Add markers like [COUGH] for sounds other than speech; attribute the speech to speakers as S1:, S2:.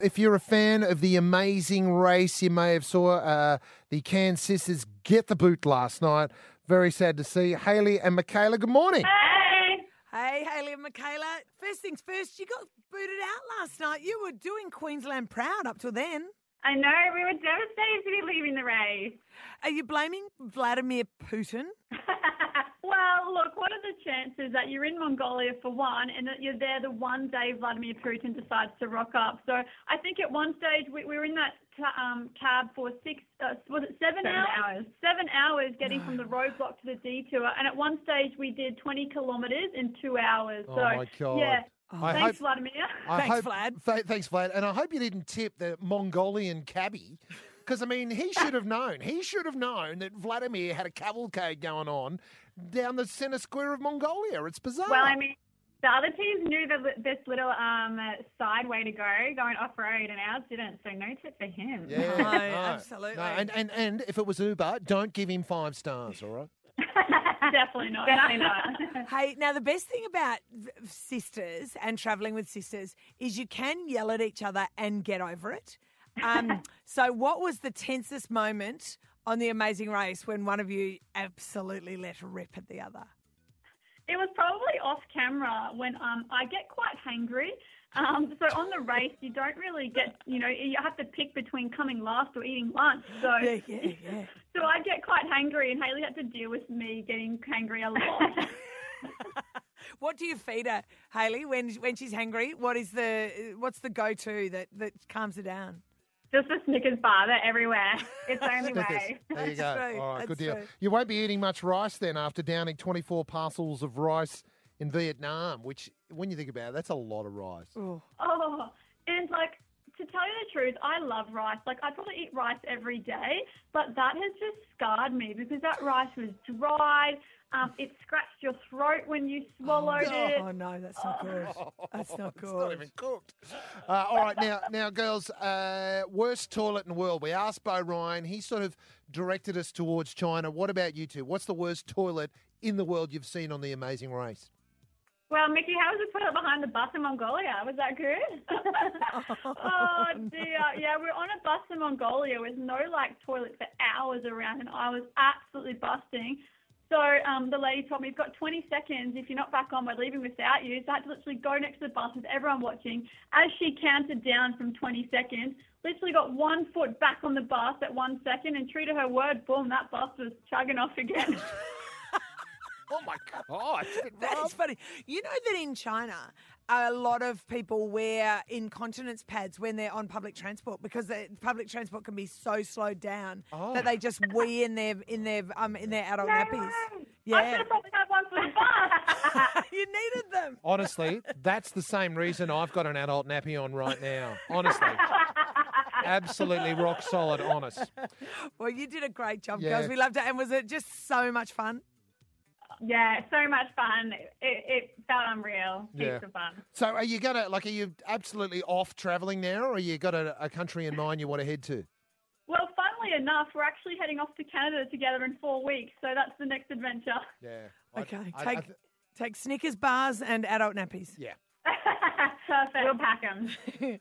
S1: if you're a fan of the amazing race, you may have saw uh, the Cairns sisters get the boot last night. Very sad to see. Haley and Michaela, good morning.
S2: Hey, Haley and Michaela. First things first, you got booted out last night. You were doing Queensland proud up till then.
S3: I know, we were devastated to be leaving the race. [LAUGHS]
S2: Are you blaming Vladimir Putin?
S3: well, look, what are the chances that you're in Mongolia for one and that you're there the one day Vladimir Putin decides to rock up? So I think at one stage we, we were in that um, cab for six, uh, was it seven, hours? Seven hours [SIGHS] getting from the roadblock to the detour. And at one stage we did 20 kilometres in two hours.
S1: Oh
S3: so,
S1: my god!
S3: yeah.
S1: I
S3: Thanks,
S1: hope,
S3: Vladimir. [LAUGHS]
S1: I
S2: Thanks,
S1: hope-
S2: Vlad.
S1: th- thanks, Vlad. And I hope you didn't tip the Mongolian cabbie, because I mean, he should have known. He should have known that Vladimir had a cavalcade going on down the centre square of Mongolia. It's bizarre.
S3: Well, I mean, the other teams knew the, this little um, side way to go, going off road, and ours didn't. So no tip for him.
S1: yeah,
S2: No, absolutely.
S1: No, and, and and if it was Uber, don't give him five stars. All right.
S3: [LAUGHS] Definitely not.
S1: [LAUGHS]
S3: Definitely not.
S2: Hey, now the best thing about v- sisters and traveling with sisters is you can yell at each other and get over it. Um, so, what was the tensest moment on the Amazing Race when one of you absolutely let rip at the other?
S3: [LAUGHS] it was probably off camera when um, I get quite hangry. Um, so on the race, you don't really get, you know, you have to pick between coming last or eating lunch. So
S2: Yeah, yeah, yeah.
S3: So I get quite hangry, and Haley had to deal with me getting hangry
S1: [LAUGHS]
S3: a lot.
S2: [LAUGHS] What do you feed her, Haley, when when she's hangry? What is the what's the go to that that calms her down?
S3: Just a Snickers bar, they're everywhere. It's the only
S1: Snickers.
S3: way.
S1: There you go.
S2: That's true.
S1: All right, good
S2: That's
S1: deal.
S2: true.
S1: You won't be eating much rice then after downing 24 parcels of rice in Vietnam, which, when you think about it, that's a lot of rice.
S2: Oh,
S3: Oh, and like to tell you the truth, I love rice. Like I probably eat rice every day, but that has just scarred me because that rice was dry. Um, it scratched your throat when you swallowed it.
S2: oh no, that's not [LAUGHS] good. That's not good.
S1: It's not
S2: [LAUGHS]
S1: even cooked. Uh, all right, now, now, girls, uh, worst toilet in the world. We asked Bo Ryan. He sort of directed us towards China. What about you two? What's the worst toilet in the world you've seen on The Amazing Race?
S3: Well, Mickey, how was the toilet behind the bus in Mongolia? Was that
S2: [LAUGHS]
S3: good? oh dear, yeah, we were on a bus in Mongolia with no like toilet for hours around, and I was absolutely busting. So um, the lady told me, "You've got 20 seconds. If you're not back on, we're leaving without you." So I had to literally go next to the bus with everyone watching. As she counted down from 20 seconds, literally got one foot back on the bus at one second, and true to her word, boom, that bus was chugging off again.
S1: Oh, my God.
S2: That's funny. You know that in China, a lot of people wear incontinence pads when they're on public transport because the public transport can be so slowed down
S1: Oh.
S2: that they just wee in their in their um in their adult [LAUGHS] nappies.
S3: [LAUGHS]
S2: [LAUGHS]
S3: I should
S2: Yeah,
S3: have probably had one for the bus. [LAUGHS]
S2: you needed them.
S1: [LAUGHS] Honestly, that's the same reason I've got an adult nappy on right now. Honestly. Absolutely rock solid, honest.
S2: Well, you did a great job,
S1: Yeah.
S2: girls. We loved it, and was it just so much fun?
S3: [LAUGHS] Yeah, so much fun. It, it felt unreal. Heaps
S1: Yeah.
S3: of fun.
S1: So, are you gonna like? Are you absolutely off travelling now, or you got a, a country in mind you want to head to?
S3: Well, funnily enough, we're actually heading off to Canada together in four weeks, so that's the next adventure. [LAUGHS]
S1: Yeah.
S2: Okay, take take Snickers bars and adult nappies.
S1: yeah.
S3: Perfect. We'll pack 'em.